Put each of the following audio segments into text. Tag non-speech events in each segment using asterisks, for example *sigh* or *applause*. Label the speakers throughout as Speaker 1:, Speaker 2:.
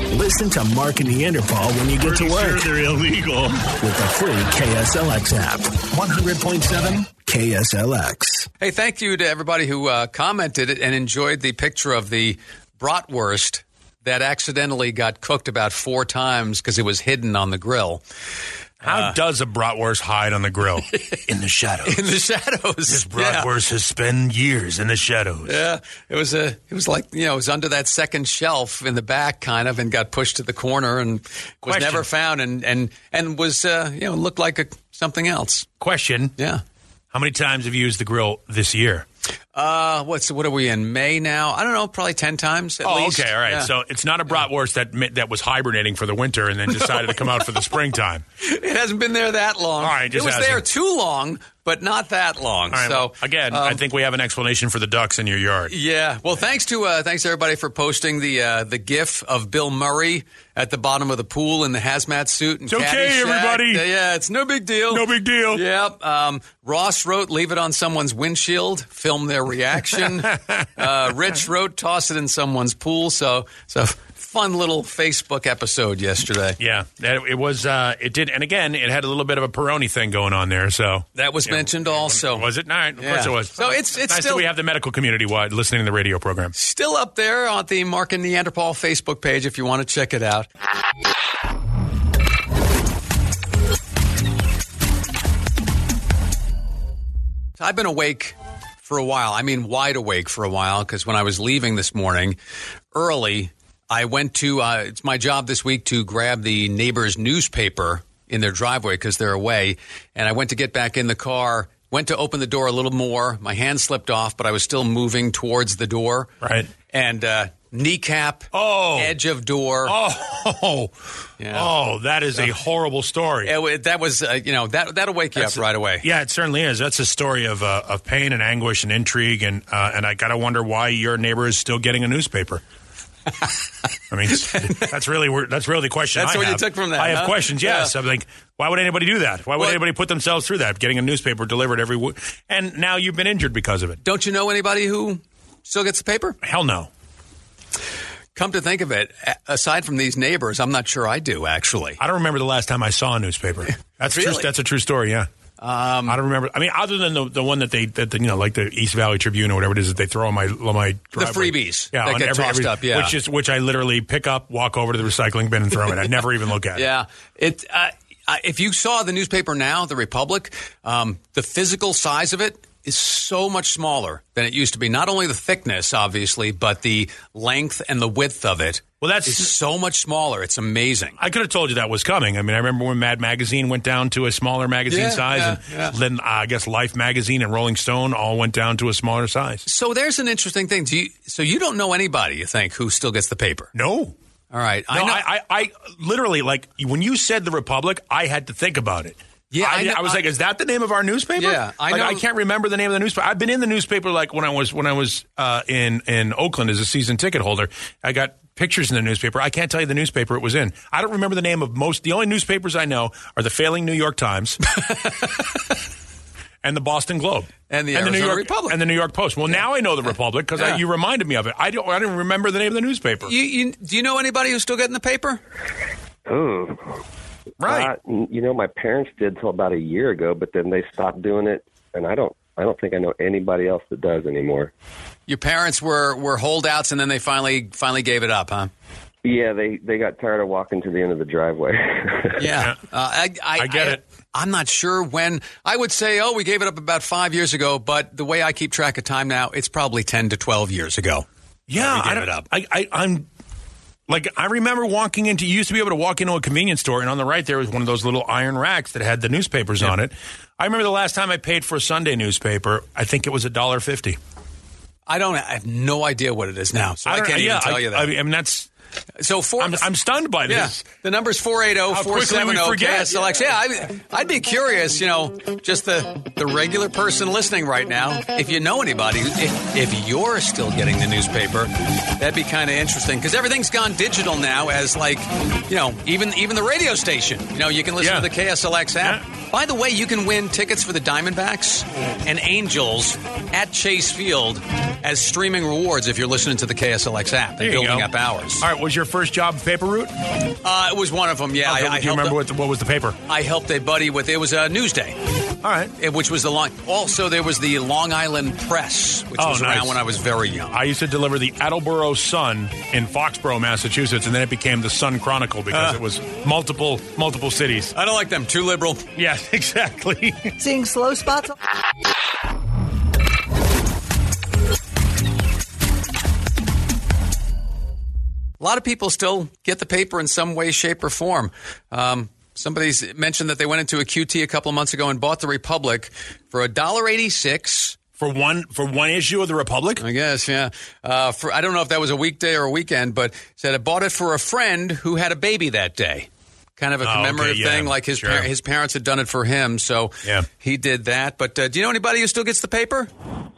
Speaker 1: Listen to Mark and Neanderthal when you get
Speaker 2: Pretty
Speaker 1: to
Speaker 2: sure
Speaker 1: work
Speaker 2: they're illegal.
Speaker 1: with the free KSLX app. 100.7 KSLX.
Speaker 3: Hey, thank you to everybody who uh, commented and enjoyed the picture of the bratwurst that accidentally got cooked about four times because it was hidden on the grill *laughs*
Speaker 4: How does a bratwurst hide on the grill? Uh, *laughs* in the shadows.
Speaker 3: in the shadows.
Speaker 4: This
Speaker 3: Yeah.
Speaker 4: bratwurst has spent years in the shadows.
Speaker 3: Yeah, it was a. It was like you know, it was under that second shelf in the back, kind of, and got pushed to the corner and was
Speaker 4: Question.
Speaker 3: never found, and and and was uh, you know looked like a, something else.
Speaker 4: Question:
Speaker 3: Yeah.
Speaker 4: How many times have you used the grill this year?
Speaker 3: Uh, what's what are we in May now? I don't know, probably ten times at
Speaker 4: Oh,
Speaker 3: least.
Speaker 4: okay, all right.
Speaker 3: Yeah.
Speaker 4: So it's not a bratwurst that mi- that was hibernating for the winter and then decided to come out for the springtime.
Speaker 3: it hasn't been there that long.
Speaker 4: All right, just
Speaker 3: it was
Speaker 4: asking.
Speaker 3: there too long, but not that long.
Speaker 4: All right.
Speaker 3: so
Speaker 4: again,
Speaker 3: um,
Speaker 4: I think we have an explanation for the ducks in your yard.
Speaker 3: Yeah. Well, thanks to uh, thanks to everybody for posting the uh, the GIF of Bill Murray at the bottom of the pool in the hazmat suit. And
Speaker 4: It's okay, everybody.
Speaker 3: Yeah, yeah, it's no big deal.
Speaker 4: No big deal.
Speaker 3: Yep. Um, Ross wrote, "Leave it on someone's windshield, film
Speaker 4: *laughs*
Speaker 3: their reaction." uh, Rich wrote, "Toss it in someone's pool." So, so fun little Facebook episode yesterday.
Speaker 4: Yeah, that, it was. Uh, it did, and again, it had a little bit of a Peroni thing going on there. So
Speaker 3: That was
Speaker 4: Yeah.
Speaker 3: mentioned also.
Speaker 4: Was it? All right, of course
Speaker 3: Yeah.
Speaker 4: it was.
Speaker 3: So it's- it's
Speaker 4: nice
Speaker 3: still-
Speaker 4: that we have the medical community wide listening to the radio program.
Speaker 3: Still up there on the Mark and Neanderthal Facebook page if you want to check it out. I've been awake for a while. I mean, wide awake for a while because when I was leaving this morning early, I went to uh, it's my job this week to grab the neighbor's newspaper in their driveway because they're away. And I went to get back in the car, went to open the door a little more. My hand slipped off, but I was still moving towards the door.
Speaker 4: Right.
Speaker 3: And uh, kneecap,
Speaker 4: Oh.
Speaker 3: edge of door.
Speaker 4: Oh,
Speaker 3: Yeah.
Speaker 4: oh, that is a horrible story.
Speaker 3: It wa- that was, uh, you know, that, that'll wake you up right away.
Speaker 4: Yeah, it certainly is. That's a story of uh, of pain and anguish and intrigue, and uh, and I gotta wonder why your neighbor is still getting a newspaper. I mean, that's really where- that's really the question.
Speaker 3: That's
Speaker 4: I
Speaker 3: what you
Speaker 4: have.
Speaker 3: took from that,
Speaker 4: I have
Speaker 3: huh?
Speaker 4: questions. Yes,
Speaker 3: Yeah.
Speaker 4: I'm like, why would anybody do that? Why would
Speaker 3: Well-
Speaker 4: anybody put themselves through that? Getting a newspaper delivered every week, and now you've been injured because of it.
Speaker 3: Don't you know anybody who still gets the paper?
Speaker 4: Hell no.
Speaker 3: Come to think of it, a- aside from these neighbors, I'm not sure I do actually.
Speaker 4: I don't remember the last time I saw a
Speaker 3: *laughs*
Speaker 4: newspaper. That's true.
Speaker 3: Really?
Speaker 4: That's a true story. Yeah. Um, I don't remember. I mean, other than the, the one that they that the, you know, like the East Valley Tribune or whatever it is that they throw on my on my driveway.
Speaker 3: freebies that
Speaker 4: on
Speaker 3: get tossed up, yeah.
Speaker 4: which is which I literally pick up, walk over to the recycling bin, and throw it. I never even look at it.
Speaker 3: *laughs* Yeah, it. Uh, I- if you saw the newspaper now, the Republic, um, the physical size of it is so much smaller than it used to be. Not only the thickness, obviously, but the length and the width of it.
Speaker 4: Well, that's-
Speaker 3: is so much smaller. It's amazing.
Speaker 4: I could have told you that was coming. I mean, I remember when Mad Magazine went down to a smaller magazine
Speaker 3: Yeah,
Speaker 4: size,
Speaker 3: yeah,
Speaker 4: and
Speaker 3: yeah.
Speaker 4: then uh, I guess Life Magazine and Rolling Stone all went down to a smaller size.
Speaker 3: So there's an interesting thing. Do you, so you don't know anybody you think who still gets the paper?
Speaker 4: No,
Speaker 3: All right,
Speaker 4: No,
Speaker 3: I know.
Speaker 4: I, I, I literally like when you said the Republic, I had to think about it.
Speaker 3: Yeah,
Speaker 4: I,
Speaker 3: I know-
Speaker 4: I was
Speaker 3: I-
Speaker 4: like, "Is that the name of our newspaper?"
Speaker 3: Yeah, I
Speaker 4: Like,
Speaker 3: know-
Speaker 4: I can't remember the name of the newspaper. I've been in the newspaper like when I was when I was uh, in in Oakland as a season ticket holder. I got pictures in the newspaper. I can't tell you the newspaper it was in. I don't remember the name of most. The only newspapers I know are the failing New York
Speaker 3: *laughs*
Speaker 4: Times. And the Boston Globe
Speaker 3: And the
Speaker 4: New
Speaker 3: Arizona
Speaker 4: York
Speaker 3: Republic.
Speaker 4: and the New York Post. Well, now I know the Republic because
Speaker 3: Yeah.
Speaker 4: you reminded me of it. I don't. I didn't remember the name of the newspaper.
Speaker 3: you, you, do you know anybody who's still getting the paper?
Speaker 5: Ooh.
Speaker 4: right.
Speaker 5: Uh, you know, my parents did till about a year ago, but then they stopped doing it, and I don't. I don't think I know anybody else that does anymore.
Speaker 3: Your parents were were holdouts, and then they finally finally gave it up, huh?
Speaker 5: Yeah, they they got tired of walking to the end of the driveway. *laughs*
Speaker 3: Yeah,
Speaker 4: Yeah.
Speaker 3: uh, I, I,
Speaker 4: I get it.
Speaker 3: I'm not sure when. I would say, oh, we gave it up about five years ago, but the way I keep track of time now, it's probably ten to twelve years ago.
Speaker 4: Yeah,
Speaker 3: we
Speaker 4: I
Speaker 3: gave
Speaker 4: don't-
Speaker 3: it up.
Speaker 4: I, I, I'm like I remember walking into. You used to be able to walk into a convenience store, and on the right there was one of those little iron racks that had the newspapers on it. I remember the last time I paid for a Sunday newspaper. I think it was a dollar fifty.
Speaker 3: I don't. I have no idea what it is now, so I, can't
Speaker 4: yeah,
Speaker 3: even tell
Speaker 4: I,
Speaker 3: you that.
Speaker 4: I mean, I mean, that's
Speaker 3: so four.
Speaker 4: I'm, I'm stunned by
Speaker 3: yeah,
Speaker 4: this.
Speaker 3: the number's four eight zero
Speaker 4: How
Speaker 3: four
Speaker 4: quickly we
Speaker 3: seven oh, zero
Speaker 4: forget.
Speaker 3: KSLX. Yeah, I, I'd be curious, you know, just the the regular person listening right now. If you know anybody, if, if you're still getting the newspaper, that'd be kind of interesting because everything's gone digital now. As like, you know, even even the radio station. You know, you can listen
Speaker 4: Yeah.
Speaker 3: to the KSLX app.
Speaker 4: Yeah.
Speaker 3: By the way, you can win tickets for the Diamondbacks and Angels at Chase Field as streaming rewards if you're listening to the KSLX app
Speaker 4: There
Speaker 3: and
Speaker 4: you
Speaker 3: building
Speaker 4: go.
Speaker 3: up hours.
Speaker 4: All right, was your first job paper route? Okay,
Speaker 3: Uh, it was one of them. Yeah, I, I
Speaker 4: do you
Speaker 3: helped
Speaker 4: remember
Speaker 3: a-
Speaker 4: what, the, what was the paper?
Speaker 3: I helped a buddy with. It was a Newsday.
Speaker 4: All right.
Speaker 3: it- which was the long. Also, there was the Long Island Press, which
Speaker 4: Oh,
Speaker 3: was
Speaker 4: nice.
Speaker 3: around when I was very young.
Speaker 4: I used to deliver the Attleboro Sun in Foxborough, Massachusetts, and then it became the Sun Chronicle because
Speaker 3: Uh.
Speaker 4: it was multiple multiple cities. *laughs*
Speaker 3: I don't like them. Too liberal.
Speaker 4: Yes, *laughs* exactly.
Speaker 2: Seeing slow spots.
Speaker 3: A lot of people still get the paper in some way, shape, or form. Um, somebody's mentioned that they went into a QT a couple of months ago and bought the Republic for a dollar eighty-six.
Speaker 4: for one for one issue of the Republic.
Speaker 3: I guess, yeah. Uh, for, I don't know if that was a weekday or a weekend, but said I bought it for a friend who had a baby that day. Kind of a
Speaker 4: Oh, okay,
Speaker 3: commemorative
Speaker 4: yeah,
Speaker 3: thing, like his
Speaker 4: sure.
Speaker 3: par- his parents had done it for him, so
Speaker 4: Yeah.
Speaker 3: he did that. But uh, do you know anybody who still gets the paper?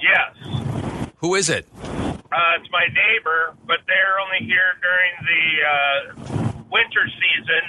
Speaker 6: Yes.
Speaker 3: Who is it?
Speaker 6: Uh, it's my neighbor, but they're only here during the uh, winter season.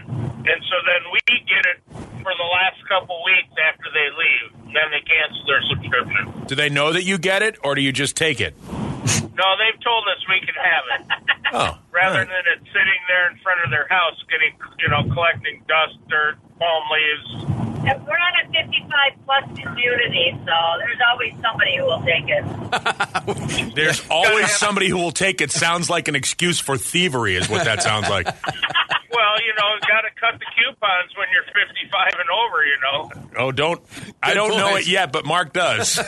Speaker 6: And so then we get it for the last couple weeks after they leave. Then they cancel their subscription.
Speaker 4: Do they know that you get it, or do you just take
Speaker 3: *laughs*
Speaker 4: it?
Speaker 6: No, they've told us we can have it.
Speaker 4: Oh, all
Speaker 6: Rather
Speaker 4: right.
Speaker 6: than it sitting there in front of their house getting, you know, collecting dust, dirt, palm leaves.
Speaker 7: And we're on a 55 plus community, so there's always somebody who will take
Speaker 3: *laughs*
Speaker 7: it.
Speaker 4: there's always somebody who will take it. Sounds like an excuse for thievery, is what that sounds
Speaker 3: *laughs*
Speaker 4: like.
Speaker 6: Well, you know, got to cut the coupons when you're 55 and over, you know.
Speaker 4: Oh, don't I
Speaker 3: Good
Speaker 4: don't know
Speaker 3: point.
Speaker 4: it yet, but Mark
Speaker 3: *laughs*
Speaker 4: does.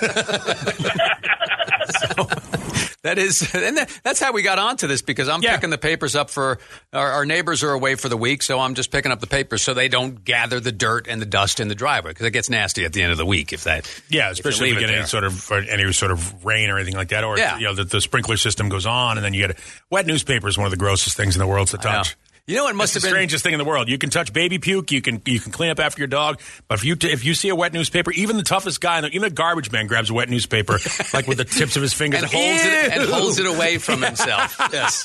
Speaker 3: That is, *laughs* and that, that's how we got onto this because I'm
Speaker 4: Yeah.
Speaker 3: picking the papers up for our, our neighbors are away for the week, so I'm just picking up the papers so they don't gather the dirt and the dust in the driveway because it gets nasty at the end of the week if that.
Speaker 4: Yeah,
Speaker 3: if you
Speaker 4: especially if
Speaker 3: leave
Speaker 4: you get
Speaker 3: it
Speaker 4: any
Speaker 3: there.
Speaker 4: sort of or any sort of rain or anything like that, or
Speaker 3: Yeah.
Speaker 4: you know the, the sprinkler system goes on, and then you get a, wet newspaper is one of the grossest things in the world to
Speaker 3: Yeah.
Speaker 4: touch.
Speaker 3: You know what
Speaker 4: It's
Speaker 3: must
Speaker 4: the
Speaker 3: have been
Speaker 4: strangest thing in the world. You can touch baby puke. You can you can clean up after your dog. But if you t- if you see a wet newspaper, even the toughest guy, in the, even a garbage man grabs a wet
Speaker 3: *laughs*
Speaker 4: newspaper like with the tips of his fingers
Speaker 3: and holds it and
Speaker 4: Ew.
Speaker 3: holds it away
Speaker 4: *laughs*
Speaker 3: from himself. yes,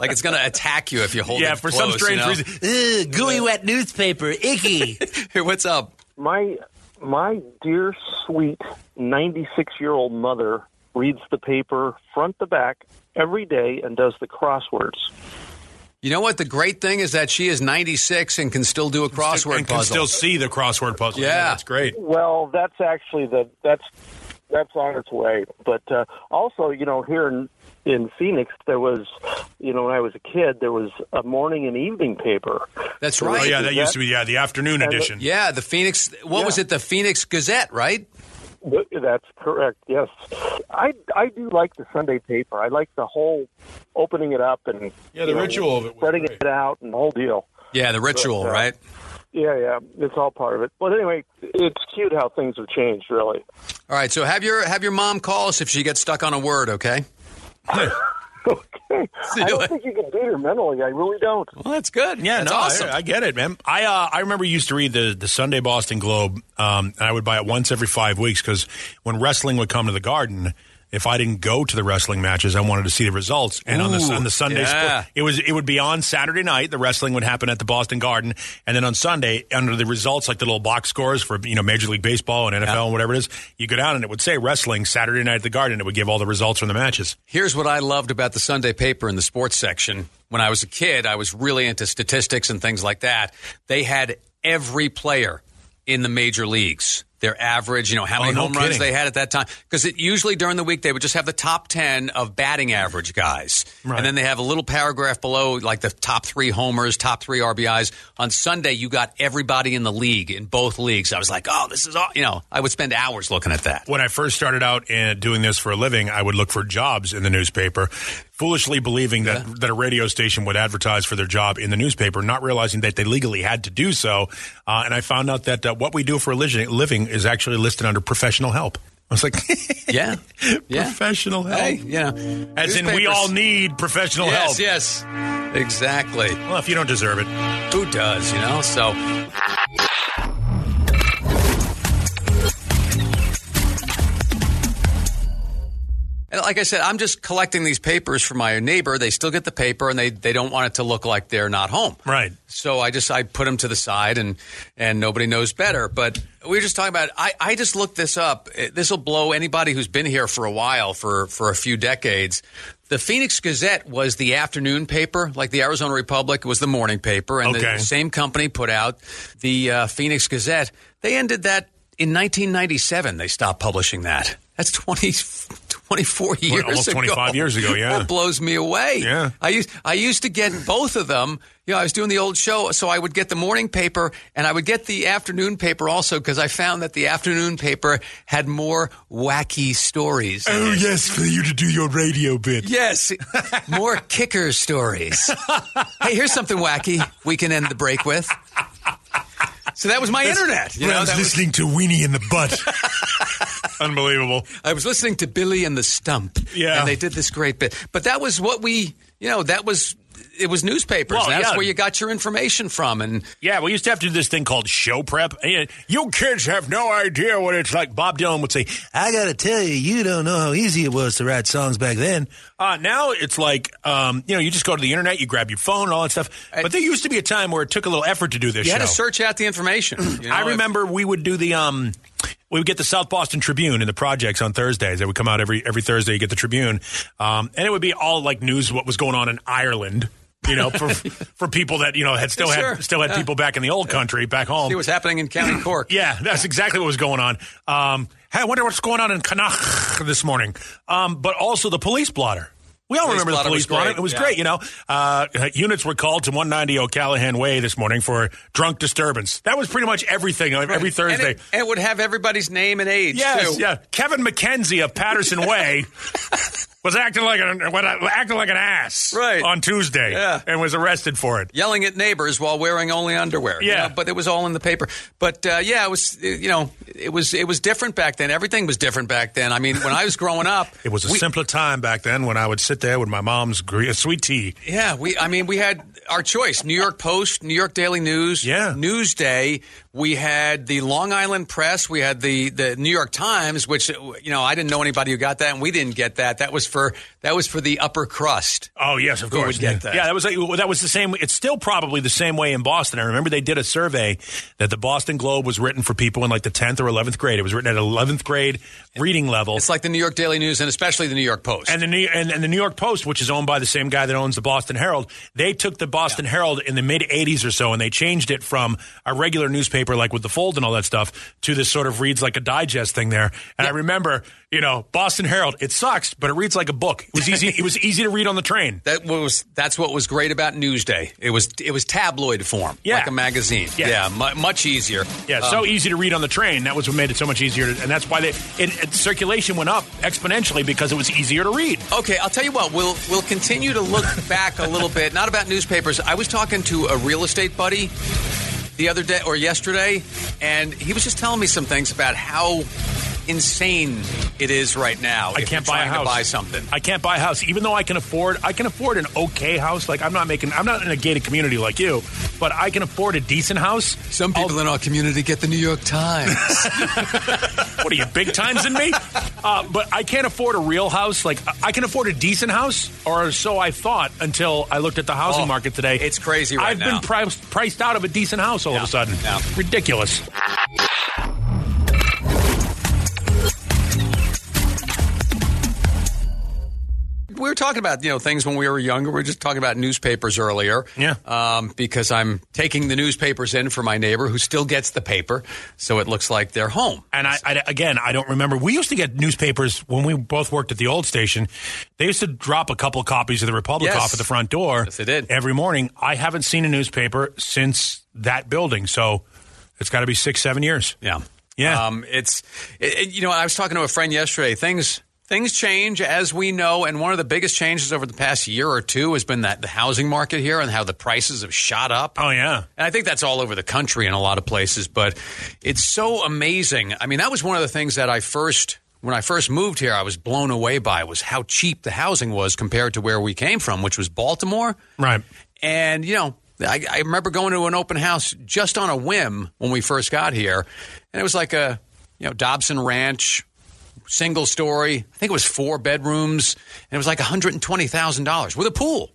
Speaker 3: like it's going to attack you if you hold it.
Speaker 4: Yeah, for some
Speaker 3: close, you
Speaker 4: strange
Speaker 3: know?
Speaker 4: reason.
Speaker 8: Ugh, gooey wet newspaper,
Speaker 2: *laughs*
Speaker 8: icky.
Speaker 3: Hey, what's up?
Speaker 9: my my dear sweet 96 year old mother reads the paper front to back every day and does the crosswords
Speaker 3: You know what? The great thing is that she is 96 and can still do a crossword
Speaker 4: and can still
Speaker 3: puzzle.
Speaker 4: see the crossword puzzle.
Speaker 3: Yeah.
Speaker 4: that's great.
Speaker 9: well that's actually the that's that's on its way but uh, also you know here in in Phoenix there was you know when I was a kid there was a morning and evening paper
Speaker 3: That's
Speaker 9: There was
Speaker 4: Oh
Speaker 3: right.
Speaker 4: yeah,
Speaker 9: the
Speaker 4: that used to be yeah the afternoon
Speaker 9: the-
Speaker 4: edition.
Speaker 3: Yeah, the Phoenix. What was
Speaker 9: Yeah.
Speaker 3: it? The Phoenix Gazette, right?
Speaker 9: Th- That's correct. Yes, I I do like the Sunday paper. I like the whole opening it up and
Speaker 4: Yeah, the
Speaker 9: you know,
Speaker 4: ritual of it was
Speaker 9: spreading
Speaker 4: great.
Speaker 9: it out and the whole deal.
Speaker 3: Yeah, the ritual,
Speaker 9: But, uh,
Speaker 3: right?
Speaker 9: Yeah, yeah, it's all part of it. But anyway, it's cute how things have changed. Really,
Speaker 3: All right, so have your have your mom call us if she gets stuck on a word, okay?
Speaker 9: *laughs*
Speaker 3: *laughs*
Speaker 9: okay. *laughs* I
Speaker 3: it.
Speaker 9: don't think you can beat her mentally. I really don't.
Speaker 3: Well, that's good.
Speaker 4: Yeah,
Speaker 3: that's
Speaker 4: no,
Speaker 3: awesome.
Speaker 4: I, I get it, man. I uh, I remember used to read the the Sunday Boston Globe, um, and I would buy it once every five weeks because when wrestling would come to the Garden, if I didn't go to the wrestling matches, I wanted to see the results. And on the
Speaker 3: Ooh,
Speaker 4: on the Sunday,
Speaker 3: yeah.
Speaker 4: sport, it was it would be on Saturday night. The wrestling would happen at the Boston Garden, and then on Sunday, under the results, like the little box scores for you know Major League Baseball and NFL and whatever it is, you go down and it would say wrestling Saturday night at the Garden. It would give all the results from the matches.
Speaker 3: Here's what I loved about the Sunday paper in the sports section. When I was a kid, I was really into statistics and things like that. They had every player in the major leagues, their average, you know, how many
Speaker 4: Oh, no
Speaker 3: home runs
Speaker 4: kidding.
Speaker 3: they had at that time. Because it usually during the week they would just have the top ten of batting average guys,
Speaker 4: Right.
Speaker 3: and then they have a little paragraph below like the top three homers, top three RBIs. On Sunday, you got everybody in the league in both leagues. I was like, oh, this is all. You know, I would spend hours looking at that.
Speaker 4: when I first started out in doing this for a living, I would look for jobs in the newspaper, foolishly believing that, that a radio station would advertise for their job in the newspaper, not realizing that they legally had to do so. Uh, and I found out that uh, what we do for a lig- living is actually listed under professional help. I was like, *laughs*
Speaker 3: Yeah, yeah.
Speaker 4: professional help.
Speaker 3: Hey, you know,
Speaker 4: As in, we
Speaker 3: newspapers-
Speaker 4: all need professional help.
Speaker 3: Yes, yes, exactly.
Speaker 4: Well, if you don't deserve it.
Speaker 3: Who does, you know? So. And like I said, I'm just collecting these papers for my neighbor. They still get the paper, and they they don't want it to look like they're not home.
Speaker 4: Right.
Speaker 3: So I just I put them to the side, and and nobody knows better. But we were just talking about. I I just looked this up. This will blow anybody who's been here for a while for for a few decades. The Phoenix Gazette was the afternoon paper, like the Arizona Republic was the morning paper, and
Speaker 4: Okay.
Speaker 3: the same company put out the uh, Phoenix Gazette. They ended that in 1997. They stopped publishing that. That's 20, 24 years,
Speaker 4: almost
Speaker 3: ago.
Speaker 4: 25 years ago, yeah.
Speaker 3: That blows me away.
Speaker 4: Yeah.
Speaker 3: I used I used to get both of them. You know, I was doing the old show, so I would get the morning paper and I would get the afternoon paper also because I found that the afternoon paper had more wacky stories. in it.
Speaker 4: Oh, yes, for you to do your radio bit.
Speaker 3: Uh, Yes, more kicker *laughs* stories. hey, here's something wacky we can end the break with. So that was my internet. You know, that was-
Speaker 4: listening to Weenie in the butt. *laughs* Unbelievable.
Speaker 3: I was listening to Billy and the Stump.
Speaker 4: Yeah.
Speaker 3: And they did this great bit. But that was what we, you know, that was, it was newspapers.
Speaker 4: Well,
Speaker 3: That's
Speaker 4: yeah.
Speaker 3: where you got your information from. And
Speaker 4: Yeah, we used to have to do this thing called show prep. And You kids have no idea what it's like. Bob Dylan would say, I gotta tell you, you don't know how easy it was to write songs back then. Uh, now it's like, um, you know, you just go to the internet, you grab your phone and all that stuff. But there used to be a time where it took a little effort to do this
Speaker 3: you had
Speaker 4: show.
Speaker 3: to search out the
Speaker 4: *clears throat*
Speaker 3: information. you know,
Speaker 4: I
Speaker 3: if-
Speaker 4: remember we would do the um we would get the South Boston Tribune and the projects on Thursdays. They would come out every every Thursday. You get the Tribune, um, and it would be all like news what was going on in Ireland. You know,
Speaker 3: *laughs*
Speaker 4: for for people that you know had still
Speaker 3: Sure.
Speaker 4: had still had
Speaker 3: Yeah.
Speaker 4: people back in the old country, back home.
Speaker 3: See what's happening in
Speaker 4: *clears throat*
Speaker 3: County Cork.
Speaker 4: Yeah, that's exactly what was going on. Um, hey, I wonder what's going on in Connacht this morning. Um, but also the police blotter. We all
Speaker 3: Police
Speaker 4: remember the
Speaker 3: blotter
Speaker 4: police
Speaker 3: was
Speaker 4: blotter.
Speaker 3: great,
Speaker 4: It was
Speaker 3: yeah.
Speaker 4: great, you know. Uh, units were called to 190 O'Callahan Way this morning for drunk disturbance. That was pretty much everything uh, every
Speaker 3: And
Speaker 4: Thursday.
Speaker 3: it, and it would have everybody's name and age,
Speaker 4: Yes,
Speaker 3: too.
Speaker 4: yeah. Kevin McKenzie of
Speaker 3: *laughs*
Speaker 4: Patterson Way was acting like an uh, acting like an ass
Speaker 3: Right.
Speaker 4: on Tuesday
Speaker 3: Yeah.
Speaker 4: and was arrested for it.
Speaker 3: yelling at neighbors while wearing only underwear. you
Speaker 4: Yeah.
Speaker 3: know, but it was all in the paper. But uh, yeah, it was uh, you know it was it was different back then. Everything was different back then. I mean, when I was growing up,
Speaker 4: *laughs* It was a
Speaker 3: we-
Speaker 4: simpler time back then when I would sit there with my mom's gre- sweet tea.
Speaker 3: Yeah, we. I mean, we had our choice: New York Post, New York Daily News,
Speaker 4: Yeah.
Speaker 3: Newsday. We had the Long Island Press. We had the the New York Times, which you know I didn't know anybody who got that, and we didn't get that. That was for that was for the upper crust.
Speaker 4: Oh yes, of
Speaker 3: Who would
Speaker 4: course.
Speaker 3: get
Speaker 4: yeah.
Speaker 3: that?
Speaker 4: Yeah, that was like, that was the same. It's still probably the same way in Boston. I remember they did a survey that the Boston Globe was written for people in like the tenth or eleventh grade. It was written at eleventh grade reading level.
Speaker 3: It's like the New York Daily News, and especially the New York Post.
Speaker 4: and the New, and, and the New York Post, which is owned by the same guy that owns the Boston Herald, they took the Boston Herald in the mid '80s or so, and they changed it from a regular newspaper like with the fold and all that stuff to this sort of reads like a digest thing there. And I remember, you know, Boston Herald, it sucks, but it reads like a book. It was easy. it was easy to read on the train.
Speaker 3: That was that's what was great about Newsday. It was it was tabloid form,
Speaker 4: Yeah.
Speaker 3: like a magazine.
Speaker 4: Yeah.
Speaker 3: mu- much easier.
Speaker 4: Yeah, so
Speaker 3: Um,
Speaker 4: easy to read on the train. That was what made it so much easier, to, and that's why they, it, it, circulation went up exponentially because it was easier to read.
Speaker 3: Okay, I'll tell you what. We'll we'll continue to look *laughs* back a little bit. Not about newspapers. I was talking to a real estate buddy the other day or yesterday, and he was just telling me some things about how insane it is right now.
Speaker 4: I
Speaker 3: if
Speaker 4: can't
Speaker 3: you're
Speaker 4: buy a
Speaker 3: trying
Speaker 4: house.
Speaker 3: To buy something.
Speaker 4: I can't buy a house, even though I can afford. I can afford an okay house. Like I'm not making. I'm not in a gated community like you, but I can afford a decent house.
Speaker 3: Some people in our community get the New York Times.
Speaker 4: What are you big times than
Speaker 3: *laughs*
Speaker 4: me? Uh, but I can't afford a real house. Like I- I can afford a decent house, or so I thought until I looked at the housing
Speaker 3: Oh,
Speaker 4: market today.
Speaker 3: it's crazy right
Speaker 4: I've been
Speaker 3: now.
Speaker 4: priced priced out of a decent house all of
Speaker 3: Yeah,
Speaker 4: a sudden.
Speaker 3: yeah.
Speaker 4: Ridiculous.
Speaker 3: *laughs* we were talking about you know things when we were younger. We were just talking about newspapers earlier.
Speaker 4: Yeah.
Speaker 3: Um, because I'm taking the newspapers in for my neighbor who still gets the paper, so it looks like they're home.
Speaker 4: And I, I- again, I don't remember. We used to get newspapers when we both worked at the old station. They used to drop a couple copies of the Republic
Speaker 3: Yes.
Speaker 4: off at the front door.
Speaker 3: Yes, they did.
Speaker 4: every morning. I haven't seen a newspaper since that building, so it's got to be six, seven years.
Speaker 3: Yeah.
Speaker 4: Yeah.
Speaker 3: Um, it's it, it- you know I was talking to a friend yesterday. Things things change as we know, and one of the biggest changes over the past year or two has been that the housing market here and how the prices have shot up.
Speaker 4: Oh yeah,
Speaker 3: And I think that's all over the country in a lot of places, but it's so amazing. I mean, that was one of the things that I first when I first moved here, I was blown away by was how cheap the housing was compared to where we came from, which was Baltimore.
Speaker 4: right.
Speaker 3: And, you know, I, I remember going to an open house just on a whim when we first got here. And it was like a, you know, Dobson Ranch, single story. I think it was four bedrooms, and it was like one hundred and twenty thousand dollars with a pool.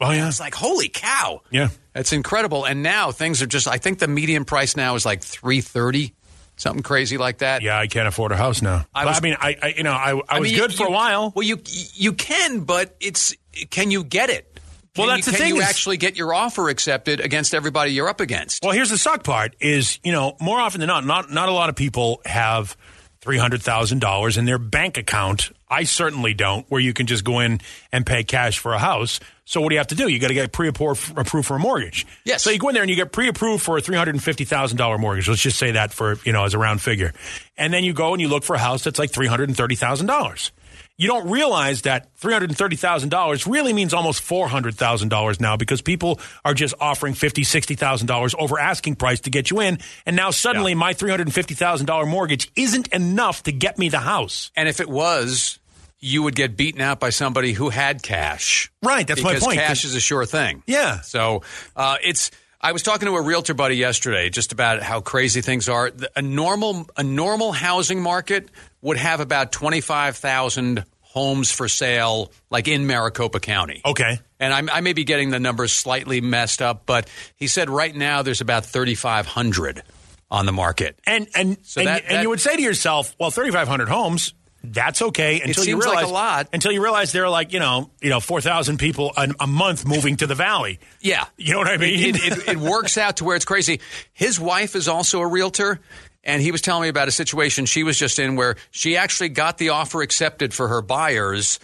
Speaker 4: Oh yeah,
Speaker 3: It's like holy cow.
Speaker 4: yeah.
Speaker 3: That's incredible. And now things are just. I think the median price now is like three thirty, something crazy like that.
Speaker 4: Yeah, I can't afford a house now.
Speaker 3: I
Speaker 4: But I,
Speaker 3: was-
Speaker 4: mean, I, I you know, I, I, was
Speaker 3: mean,
Speaker 4: good
Speaker 3: you-
Speaker 4: for a
Speaker 3: you-
Speaker 4: while.
Speaker 3: Well, you you can, but it's can you get it?
Speaker 4: Well,
Speaker 3: Can
Speaker 4: that's
Speaker 3: you,
Speaker 4: the
Speaker 3: can
Speaker 4: thing
Speaker 3: you
Speaker 4: is-
Speaker 3: actually get your offer accepted against everybody you're up against?
Speaker 4: Well, here's the suck part: is you know, more often than not, not not a lot of people have three hundred thousand dollars in their bank account. I certainly don't. Where you can just go in and pay cash for a house. So what do you have to do? You got to get pre-approved approved for a mortgage.
Speaker 3: Yes.
Speaker 4: So you go in there and you get pre-approved for a three hundred and fifty thousand dollar mortgage. Let's just say that for you know as a round figure, and then you go and you look for a house that's like three hundred and thirty thousand dollars. You don't realize that three hundred and thirty thousand dollars really means almost four hundred thousand dollars now because people are just offering fifty, sixty thousand dollars over asking price to get you in, and now suddenly my three hundred and fifty thousand dollar mortgage isn't enough to get me the house.
Speaker 3: And if it was, you would get beaten out by somebody who had cash.
Speaker 4: Right, that's my
Speaker 3: because
Speaker 4: point.
Speaker 3: Cash is a sure thing.
Speaker 4: Yeah.
Speaker 3: So uh, it's. I was talking to a realtor buddy yesterday just about how crazy things are. The- A normal a normal housing market would have about twenty five thousand homes for sale, like in Maricopa County.
Speaker 4: Okay.
Speaker 3: And I, I may be getting the numbers slightly messed up, but he said right now there's about 3,500 on the market.
Speaker 4: And and and,
Speaker 3: that-
Speaker 4: and
Speaker 3: that-
Speaker 4: you would say to yourself, well, thirty five hundred homes, that's okay. Until you
Speaker 3: seems like a
Speaker 4: realize
Speaker 3: lot.
Speaker 4: Until you realize there are like you know you know four thousand people a, a month moving to the valley.
Speaker 3: Yeah.
Speaker 4: You know what I mean?
Speaker 3: It, it, it works out to where it's crazy. His wife is also a realtor, and he was telling me about a situation she was just in where she actually got the offer accepted for her buyers,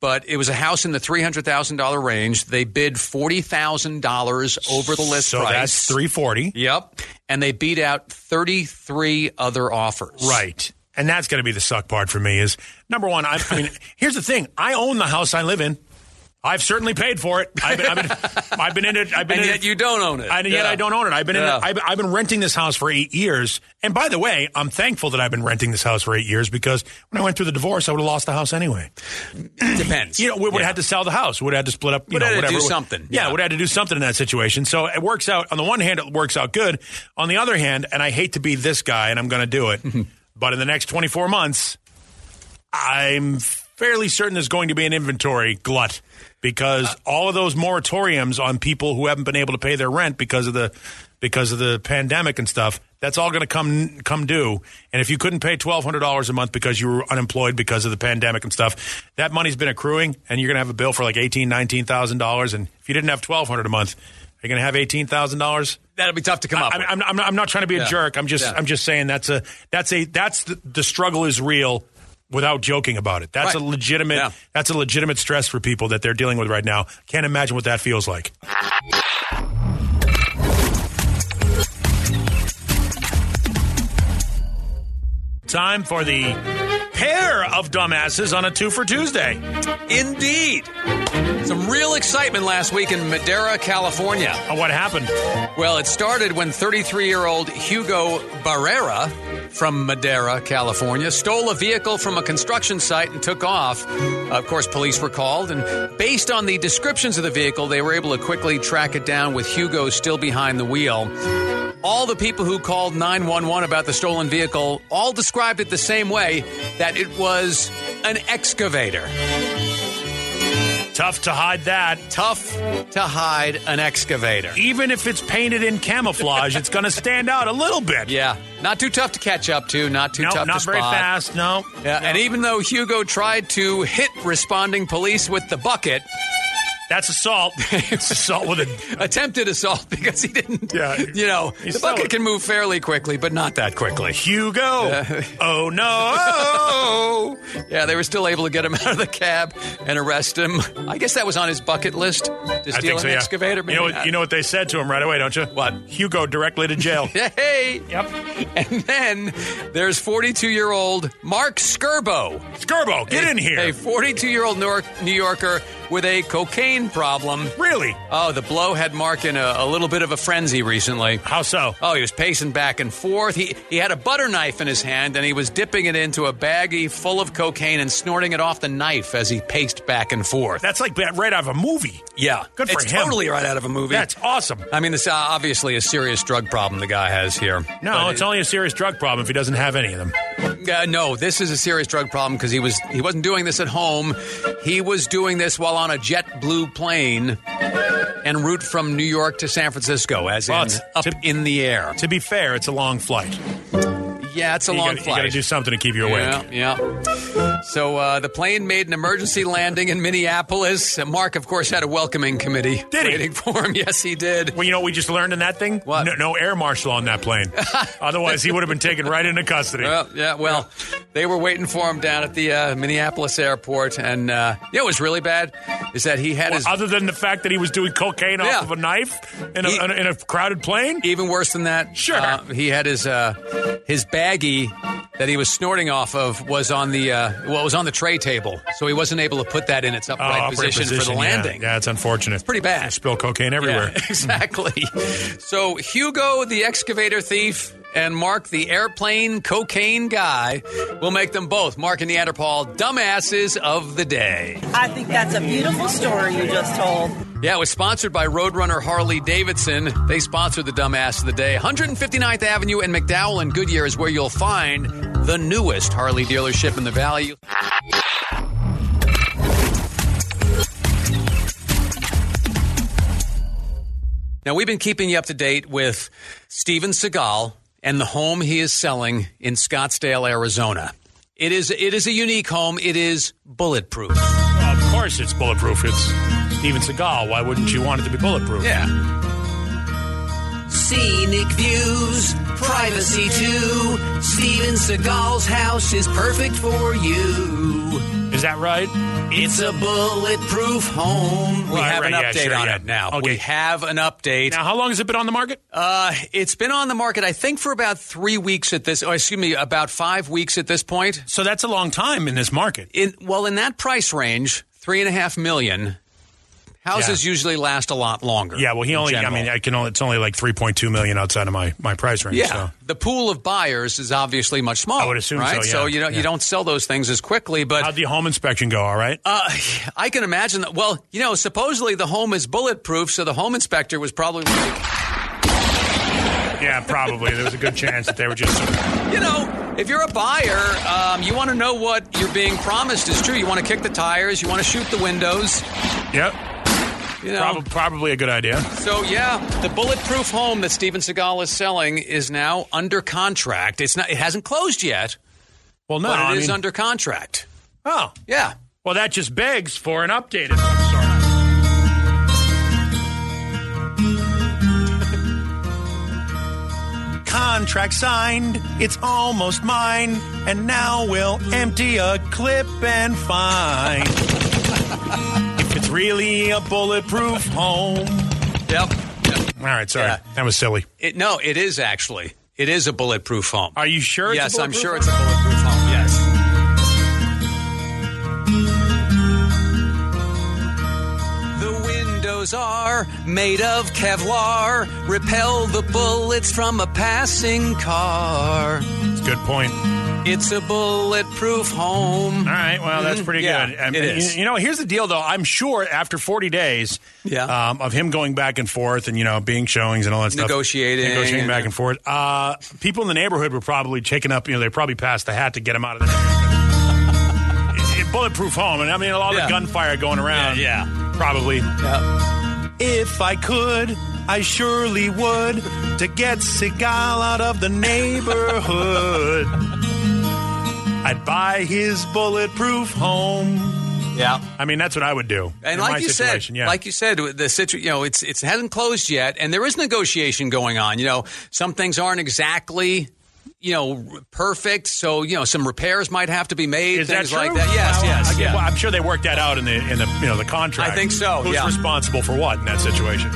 Speaker 3: but it was a house in the $300,000 range. They bid $40,000 over the
Speaker 4: *laughs*
Speaker 3: list
Speaker 4: so
Speaker 3: price.
Speaker 4: that's three forty.
Speaker 3: Yep. And they beat out 33 other offers.
Speaker 4: Right. And that's going to be the suck part for me is number one, I, I mean, here's the thing. I own the house I live in. I've certainly paid for it. I've been, I've been,
Speaker 3: *laughs*
Speaker 4: I've been in it. I've been
Speaker 3: And
Speaker 4: in
Speaker 3: yet
Speaker 4: it.
Speaker 3: you don't own it.
Speaker 4: And yet
Speaker 3: Yeah.
Speaker 4: I don't own it. I've been
Speaker 3: Yeah.
Speaker 4: in it. I've, I've been renting this house for eight years. And by the way, I'm thankful that I've been renting this house for eight years because when I went through the divorce, I would have lost the house anyway.
Speaker 3: Depends.
Speaker 4: You know, we would have
Speaker 3: Yeah.
Speaker 4: had to sell the house. Would have had to split up. You
Speaker 3: Would
Speaker 4: know,
Speaker 3: have had to
Speaker 4: whatever.
Speaker 3: do something.
Speaker 4: Yeah,
Speaker 3: Yeah.
Speaker 4: would have had to do something in that situation. So it works out. On the one hand, it works out good. On the other hand, and I hate to be this guy, and I'm going to do
Speaker 3: *laughs*
Speaker 4: it, but in the next 24 months, I'm fairly certain there's going to be an inventory glut because all of those moratoriums on people who haven't been able to pay their rent because of the because of the pandemic and stuff that's all going to come come due and if you couldn't pay $1200 a month because you were unemployed because of the pandemic and stuff that money's been accruing and you're going to have a bill for like $18,000, $19,000 and if you didn't have $1200 a month you're going to have $18,000
Speaker 3: That'll be tough to come up.
Speaker 4: I,
Speaker 3: with.
Speaker 4: I'm, I'm, I'm not trying to be a
Speaker 3: Yeah.
Speaker 4: jerk. I'm just
Speaker 3: Yeah.
Speaker 4: I'm just saying that's a that's a that's the, the struggle is real without joking about it. That's
Speaker 3: Right.
Speaker 4: a legitimate
Speaker 3: Yeah.
Speaker 4: that's a legitimate stress for people that they're dealing with right now. Can't imagine what that feels like. Time for the pair of dumbasses on a two for Tuesday.
Speaker 3: Indeed. Some real excitement last week in Madera, California.
Speaker 4: Uh, What happened?
Speaker 3: Well, it started when 33 year old Hugo Barrera from Madera, California, stole a vehicle from a construction site and took off. Of course, police were called, and based on the descriptions of the vehicle, they were able to quickly track it down with Hugo still behind the wheel. All the people who called 911 about the stolen vehicle all described it the same way that it was an excavator.
Speaker 4: Tough to hide that.
Speaker 3: Tough to hide an excavator.
Speaker 4: Even if it's painted in camouflage, it's going to stand out a little bit.
Speaker 3: Yeah, not too tough to catch up to, not too
Speaker 4: No,
Speaker 3: tough
Speaker 4: not
Speaker 3: to
Speaker 4: very
Speaker 3: spot.
Speaker 4: fast. No.
Speaker 3: Yeah, and even though Hugo tried to hit responding police with the bucket,
Speaker 4: That's
Speaker 3: *laughs*
Speaker 4: assault. it's assault with a.
Speaker 3: attempted assault *laughs* because he didn't.
Speaker 4: Yeah.
Speaker 3: you know,
Speaker 4: He's
Speaker 3: the bucket
Speaker 4: so-
Speaker 3: can move fairly quickly, but not that quickly.
Speaker 4: Hugo.
Speaker 3: *laughs*
Speaker 4: oh no.
Speaker 3: Yeah, they were still able to get him *laughs* out of the cab and arrest him. I guess that was on his bucket list to steal an
Speaker 4: yeah.
Speaker 3: excavator.
Speaker 4: You know,
Speaker 3: maybe
Speaker 4: what, you know what they said to him right away, don't you?
Speaker 3: What?
Speaker 4: Hugo directly to
Speaker 3: *laughs*
Speaker 4: jail.
Speaker 3: not. Hey,
Speaker 4: yep.
Speaker 3: and then there's 42 year old Mark Skirbo.
Speaker 4: Skirbo, get in here.
Speaker 3: A 42 year old New Yorker with a cocaine problem.
Speaker 4: really?
Speaker 3: Oh, the blow had Mark in a, a little bit of a frenzy recently.
Speaker 4: How so?
Speaker 3: Oh, he was pacing back and forth. He he had a butter knife in his hand and he was dipping it into a baggie full of cocaine and snorting it off the knife as he paced back and forth.
Speaker 4: That's like that right out of a movie.
Speaker 3: yeah,
Speaker 4: Good for
Speaker 3: it's
Speaker 4: him.
Speaker 3: Totally right out of a movie.
Speaker 4: That's awesome.
Speaker 3: I mean, this uh, obviously a serious drug problem the guy has here.
Speaker 4: No,
Speaker 3: But
Speaker 4: it's only a serious drug problem if he doesn't have any of them.
Speaker 3: it- uh, no, this is a serious drug problem because he was he wasn't doing this at home. He was doing this while on a JetBlue plane en route from New York to San Francisco, as
Speaker 4: Well,
Speaker 3: in
Speaker 4: it's
Speaker 3: up
Speaker 4: to-
Speaker 3: in the air.
Speaker 4: To be fair, it's a long flight.
Speaker 3: Yeah, it's a
Speaker 4: you
Speaker 3: long
Speaker 4: gotta, You
Speaker 3: flight.
Speaker 4: got to do something to keep you awake.
Speaker 3: Yeah, yeah. So uh, the plane made an emergency landing in Minneapolis. And Mark, of course, had a welcoming committee
Speaker 4: Did he?
Speaker 3: waiting for him. *laughs* Yes, he did.
Speaker 4: Well, you know what we just learned in that thing?
Speaker 3: What?
Speaker 4: No, no air marshal on that
Speaker 3: *laughs*
Speaker 4: plane. Otherwise, he would have been taken right into custody.
Speaker 3: Well, yeah, well, they were waiting for him down at the uh, Minneapolis airport, and uh, you know what was really bad is that he had his
Speaker 4: Other than the fact that he was doing cocaine
Speaker 3: Yeah.
Speaker 4: off of a knife in a,
Speaker 3: He-
Speaker 4: in a, in a crowded plane?
Speaker 3: even worse than that.
Speaker 4: Sure.
Speaker 3: uh, he had his uh, his baggie that he was snorting off of was on the uh, well, it was on the tray table, so he wasn't able to put that in its
Speaker 4: Oh,
Speaker 3: upright
Speaker 4: upright
Speaker 3: position, for the
Speaker 4: yeah.
Speaker 3: landing.
Speaker 4: Yeah, it's unfortunate.
Speaker 3: Pretty bad.
Speaker 4: You spill cocaine everywhere.
Speaker 3: Yeah, *laughs* exactly. so Hugo, the excavator thief, and Mark, the airplane cocaine guy, will make them both Mark and Neanderthal dumbasses of the day.
Speaker 2: I think that's a beautiful story you just told.
Speaker 3: Yeah, it was sponsored by Roadrunner Harley Davidson. They sponsored the dumbass of the day. 159th Avenue and McDowell and Goodyear is where you'll find the newest Harley dealership in the valley. Now, we've been keeping you up to date with Steven Seagal and the home he is selling in Scottsdale, Arizona. It is, it is a unique home. It is bulletproof.
Speaker 4: Well, of course, it's bulletproof. It's Steven Seagal. Why wouldn't you want it to be bulletproof?
Speaker 3: Yeah.
Speaker 8: Scenic views, privacy too. Steven Seagal's house is perfect for you.
Speaker 4: Is that right?
Speaker 8: It's a bulletproof home.
Speaker 3: We
Speaker 4: Right,
Speaker 3: have
Speaker 4: right,
Speaker 3: an
Speaker 4: yeah,
Speaker 3: update
Speaker 4: sure,
Speaker 3: on
Speaker 4: yeah.
Speaker 3: it now.
Speaker 4: Okay.
Speaker 3: We have an update.
Speaker 4: Now, how long has it been on the market?
Speaker 3: Uh, it's been on the market, I think, for about three weeks at this. Oh, excuse me, about five weeks at this point.
Speaker 4: so that's a long time in this market.
Speaker 3: In well, in that price range, three and a half million houses
Speaker 4: Yeah.
Speaker 3: usually last a lot longer.
Speaker 4: Yeah, well, he
Speaker 3: in
Speaker 4: only. I
Speaker 3: general.
Speaker 4: mean, I can only. It's only like three point two million outside of my my price range.
Speaker 3: yeah,
Speaker 4: So.
Speaker 3: the pool of buyers is obviously much smaller.
Speaker 4: I would assume so,
Speaker 3: right?
Speaker 4: yeah.
Speaker 3: you don't
Speaker 4: Yeah.
Speaker 3: you don't sell those things as quickly, but
Speaker 4: How'd the home inspection go? All right.
Speaker 3: Uh, I can imagine that. Well, you know, supposedly the home is bulletproof, so the home inspector was probably like,
Speaker 4: yeah, probably. There was a good chance that they were just.
Speaker 3: you know, if you're a buyer, um, you want to know what you're being promised is true. You want to kick the tires, you want to shoot the windows,
Speaker 4: Yep.
Speaker 3: you know.
Speaker 4: Prob- probably a good idea.
Speaker 3: So yeah, the bulletproof home that Steven Seagal is selling is now under contract. It's not. It hasn't closed yet,
Speaker 4: Well, no.
Speaker 3: but it is
Speaker 4: I mean-
Speaker 3: under contract.
Speaker 4: Oh.
Speaker 3: Yeah.
Speaker 4: Well, that just begs for an updated. I'm sorry. Contract signed, it's almost mine, and now we'll empty a clip and find *laughs* if it's really a bulletproof home.
Speaker 3: Yep.
Speaker 4: All right, sorry,
Speaker 3: Yeah.
Speaker 4: that was silly.
Speaker 3: It, no, it is actually. It is a bulletproof home.
Speaker 4: Are you sure?
Speaker 3: yes,
Speaker 4: it's a
Speaker 3: I'm sure
Speaker 4: bulletproof
Speaker 3: it's a bulletproof home. Yes. The windows are made of Kevlar, repel the bullets from a passing car.
Speaker 4: home? It's a good point.
Speaker 3: It's a bulletproof home.
Speaker 4: All right. Well, that's
Speaker 3: Mhm.
Speaker 4: pretty
Speaker 3: Yeah,
Speaker 4: good.
Speaker 3: it is.
Speaker 4: You, you know, here's the deal, though. I'm sure after 40 days
Speaker 3: Yeah.
Speaker 4: um, of him going back and forth and, you know, being showings and all that
Speaker 3: Negotiating
Speaker 4: stuff. Negotiating
Speaker 3: and-
Speaker 4: back and forth. Uh, people in the neighborhood were probably checking up. You know, they probably passed the hat to get him out of there. *laughs* It- it- Bulletproof home. And I mean, all
Speaker 3: Yeah.
Speaker 4: the gunfire going around.
Speaker 3: Yeah, yeah.
Speaker 4: Probably.
Speaker 3: Yeah.
Speaker 4: If I could, I surely would to get Seagal out of the neighborhood. I'd buy his bulletproof home.
Speaker 3: Yeah.
Speaker 4: I mean, that's what I would do. in
Speaker 3: And
Speaker 4: my
Speaker 3: like you said,
Speaker 4: situation, yeah.
Speaker 3: like you said, the situ- you know, it's it's hasn't closed yet, and there is negotiation going on. You know, some things aren't exactly, you know, r- perfect. So you know, some repairs might have to be made.
Speaker 4: is that
Speaker 3: things
Speaker 4: true?
Speaker 3: like that. Yes,
Speaker 4: Well,
Speaker 3: yes,
Speaker 4: again,
Speaker 3: yeah.
Speaker 4: well, I'm sure they worked that out in the in the you know the contract.
Speaker 3: I think so,
Speaker 4: Who's
Speaker 3: yeah. Uh,
Speaker 4: responsible for what in that situation?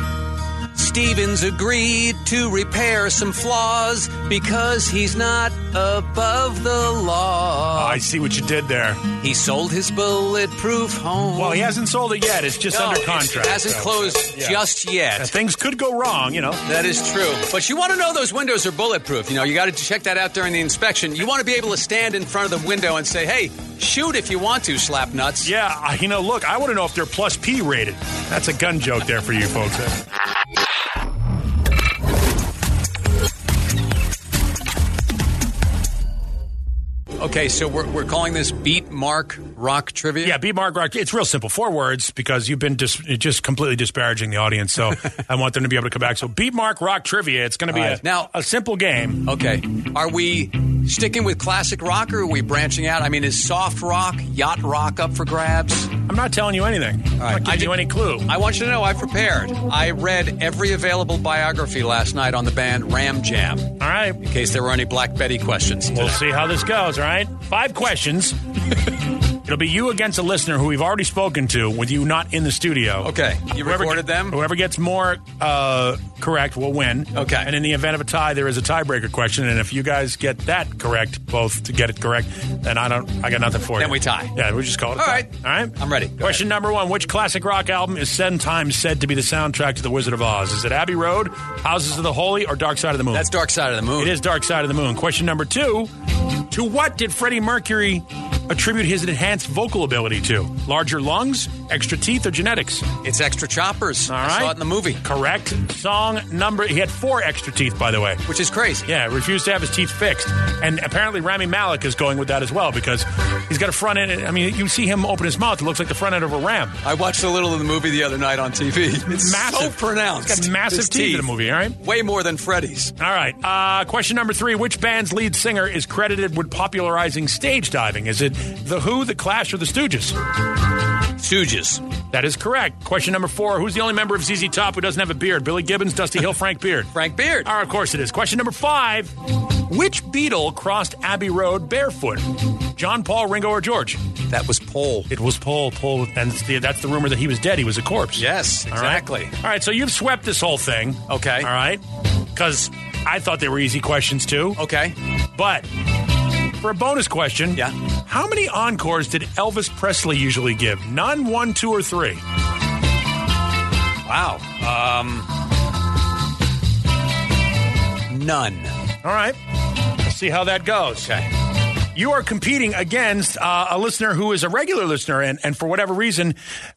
Speaker 3: Stevens agreed to repair some flaws because he's not above the law.
Speaker 4: I see what you did there.
Speaker 3: he sold his bulletproof home.
Speaker 4: Well, he hasn't sold it yet. It's just
Speaker 3: No,
Speaker 4: under
Speaker 3: it's-
Speaker 4: contract.
Speaker 3: It hasn't
Speaker 4: so-
Speaker 3: closed
Speaker 4: yeah.
Speaker 3: just yet.
Speaker 4: Uh, Things could go wrong, you know.
Speaker 3: That is true. But you want to know those windows are bulletproof. You know, you got to check that out during the inspection. You want to be able to stand in front of the window and say, hey, shoot if you want to, slap nuts.
Speaker 4: Yeah, I- you know, look, I want to know if they're plus P rated. That's a gun joke there for you folks.
Speaker 3: Okay, so we're, we're calling this Beat Mark Rock Trivia.
Speaker 4: Yeah, be Mark Rock. It's real simple. Four words because you've been dis- just completely disparaging the audience. So
Speaker 3: *laughs*
Speaker 4: I want them to be able to come back. So beat Mark Rock trivia. It's going to be
Speaker 3: All right.
Speaker 4: a,
Speaker 3: Now-
Speaker 4: a simple game.
Speaker 3: Okay. Are we sticking with classic rock or are we branching out? I mean, is soft rock, yacht rock up for grabs?
Speaker 4: I'm not telling you anything. I'm
Speaker 3: right.
Speaker 4: not giving
Speaker 3: I
Speaker 4: you
Speaker 3: did-
Speaker 4: any clue.
Speaker 3: I want you to know I prepared. I read every available biography last night on the band Ram Jam in
Speaker 4: All right.
Speaker 3: case there were any Black Betty questions.
Speaker 4: We'll see how this goes, all right? Five
Speaker 3: *laughs*
Speaker 4: questions. It'll be you against a listener who we've already spoken to with you not in the studio.
Speaker 3: Okay. You
Speaker 4: get-
Speaker 3: recorded them?
Speaker 4: Whoever gets more uh, correct will win.
Speaker 3: Okay.
Speaker 4: And in the event of a tie, there is a tiebreaker question. And if you guys get that correct, both to get it correct, then I don't. I got nothing for you.
Speaker 3: Then we tie.
Speaker 4: Yeah, we just call it. a
Speaker 3: All
Speaker 4: tie.
Speaker 3: right.
Speaker 4: All right.
Speaker 3: I'm ready. Go
Speaker 4: question number one: Which classic rock album is sometimes said to be the soundtrack to The Wizard of Oz? Is it Abbey Road, Houses of the Holy, or Dark Side of the Moon?
Speaker 3: That's Dark Side of the
Speaker 4: It
Speaker 3: Moon.
Speaker 4: is Dark Side of the Moon. Question number two To what did Freddie Mercury attribute his enhanced vocal ability to? Larger lungs, extra teeth, or genetics? All
Speaker 3: It's extra choppers.
Speaker 4: right.
Speaker 3: I saw it in the movie,
Speaker 4: Correct. Song number. He had four extra teeth, by the way.
Speaker 3: which is crazy.
Speaker 4: Yeah, refused to have his teeth fixed. And apparently Rami Malik is going with that as well because he's got a front end. I mean, you see him open his mouth, it looks like the front end of a ram.
Speaker 3: I watched a little of the movie the other night on TV. *laughs* It's so
Speaker 4: Massive.
Speaker 3: pronounced.
Speaker 4: He's got massive
Speaker 3: His
Speaker 4: teeth in the movie, all right?
Speaker 3: Way more than Freddy's.
Speaker 4: All right. Uh, question number three: Which band's lead singer is credited with popularizing stage diving? Is it the Who, the Clash, or the Stooges?
Speaker 3: Stooges.
Speaker 4: That is correct. Question number four: Who's the only member of ZZ Top who doesn't have a beard? Billy Gibbons, Dusty Hill, Frank Beard.
Speaker 3: Frank Beard.
Speaker 4: All right, Uh, of course it is. Question number five: Which Beatle crossed Abbey Road barefoot? John Paul, Ringo, or George?
Speaker 3: That was Paul.
Speaker 4: It was Paul. Paul, and it's the, that's the rumor that he was dead. He was a corpse.
Speaker 3: Yes,
Speaker 4: All right?
Speaker 3: exactly.
Speaker 4: All right, so you've swept this whole thing.
Speaker 3: Okay.
Speaker 4: All right, because I thought they were easy questions too.
Speaker 3: Okay.
Speaker 4: But for a bonus question,
Speaker 3: Yeah.
Speaker 4: how many encores did Elvis Presley usually give? None, one, two, or three?
Speaker 3: Wow. Um, none.
Speaker 4: All right. Let's see how that goes.
Speaker 3: Okay.
Speaker 4: You are competing against uh, a listener who is a regular listener and, and for whatever reason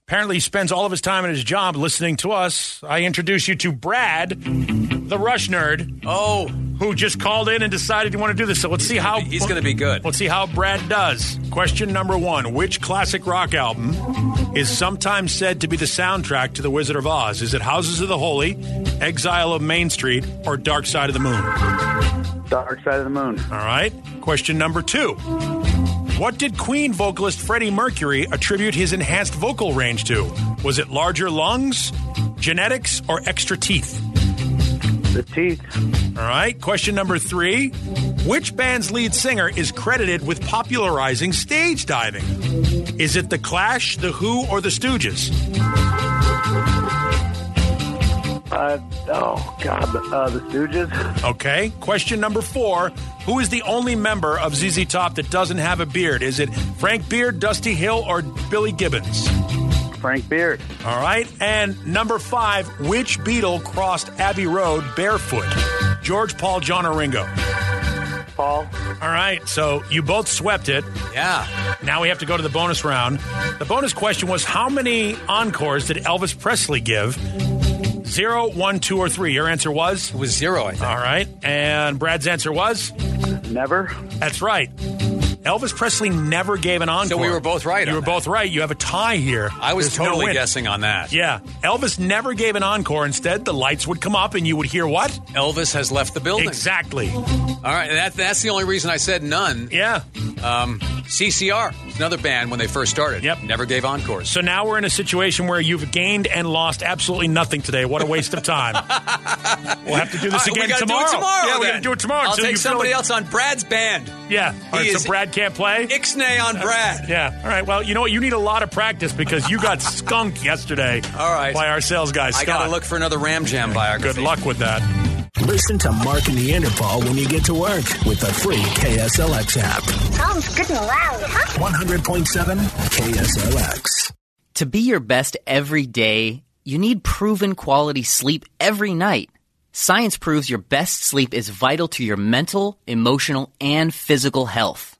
Speaker 4: apparently spends all of his time at his job listening to us. I introduce you to Brad, the Rush nerd,
Speaker 3: Oh,
Speaker 4: who just called in and decided he wanted to do this. So let's see how
Speaker 3: gonna be- he's gonna be good.
Speaker 4: Let's see how Brad does. Question number one: Which classic rock album is sometimes said to be the soundtrack to The Wizard of Oz? Is it Houses of the Holy, Exile of Main Street, or Dark Side of the Moon?
Speaker 10: Dark Side of the Moon.
Speaker 4: All right. Question number two. What did Queen vocalist Freddie Mercury attribute his enhanced vocal range to? Was it larger lungs, genetics, or extra teeth?
Speaker 10: The Teeth.
Speaker 4: All right. Question number three. Which band's lead singer is credited with popularizing stage diving? Is it The Clash, The Who, or The Stooges?
Speaker 10: Uh, oh God, the, uh, the Stooges.
Speaker 4: Okay. Question number four. Who is the only member of ZZ Top that doesn't have a beard? Is it Frank Beard, Dusty Hill, or Billy Gibbons?
Speaker 10: Frank Beard.
Speaker 4: All right. And number five, which Beatle crossed Abbey Road barefoot? George, Paul, John, or Ringo?
Speaker 10: Paul.
Speaker 4: All right. So you both swept it.
Speaker 3: yeah.
Speaker 4: Now we have to go to the bonus round. The bonus question was how many encores did Elvis Presley give? Zero, one, two, or three. Your answer was?
Speaker 3: It was zero, I think.
Speaker 4: All right. And Brad's answer was?
Speaker 10: Never.
Speaker 4: That's right. Elvis Presley never gave an encore.
Speaker 3: So we were both right
Speaker 4: You
Speaker 3: on
Speaker 4: were
Speaker 3: that.
Speaker 4: both right. You have a tie here.
Speaker 3: I was
Speaker 4: There's no
Speaker 3: totally
Speaker 4: win.
Speaker 3: guessing on that.
Speaker 4: Yeah. Elvis never gave an encore. Instead, the lights would come up and you would hear what?
Speaker 3: Elvis has left the building.
Speaker 4: Exactly.
Speaker 3: All right. That, that's the only reason I said none.
Speaker 4: Yeah.
Speaker 3: Um, CCR, it's another band when they first started.
Speaker 4: Yep.
Speaker 3: Never gave encores.
Speaker 4: So now we're in a situation where you've gained and lost absolutely nothing today. What a waste of
Speaker 3: *laughs*
Speaker 4: time. we'll have to do this
Speaker 3: All
Speaker 4: again
Speaker 3: right, we gotta
Speaker 4: tomorrow.
Speaker 3: Do it tomorrow.
Speaker 4: Yeah, we're
Speaker 3: then.
Speaker 4: to do it tomorrow.
Speaker 3: I'll
Speaker 4: so you
Speaker 3: take
Speaker 4: feel
Speaker 3: somebody
Speaker 4: like-
Speaker 3: else on Brad's band.
Speaker 4: Yeah. All right,
Speaker 3: He is-
Speaker 4: so Brad can't play?
Speaker 3: Ixnay on Brad.
Speaker 4: yeah. All right. Well, you know what? You need a lot of practice because you got skunked yesterday
Speaker 3: All right.
Speaker 4: by our sales guy, Scott.
Speaker 3: I gotta look for another Ram Jam biography.
Speaker 4: Good luck with that.
Speaker 1: Listen to Mark and Neanderthal when you get to work with the free KSLX app.
Speaker 7: Sounds good and loud, huh?
Speaker 1: 100.7 KSLX.
Speaker 11: To be your best every day, you need proven quality sleep every night. Science proves your best sleep is vital to your mental, emotional, and physical health.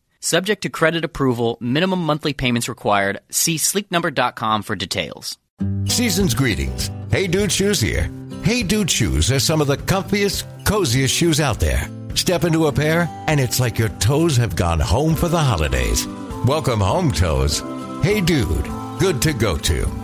Speaker 11: Subject to credit approval, minimum monthly payments required. See sleepnumber.com for details.
Speaker 1: Season's greetings. Hey Dude Shoes here. Hey Dude Shoes are some of the comfiest, coziest shoes out there. Step into a pair, and it's like your toes have gone home for the holidays. Welcome home, toes. Hey Dude, good to go to.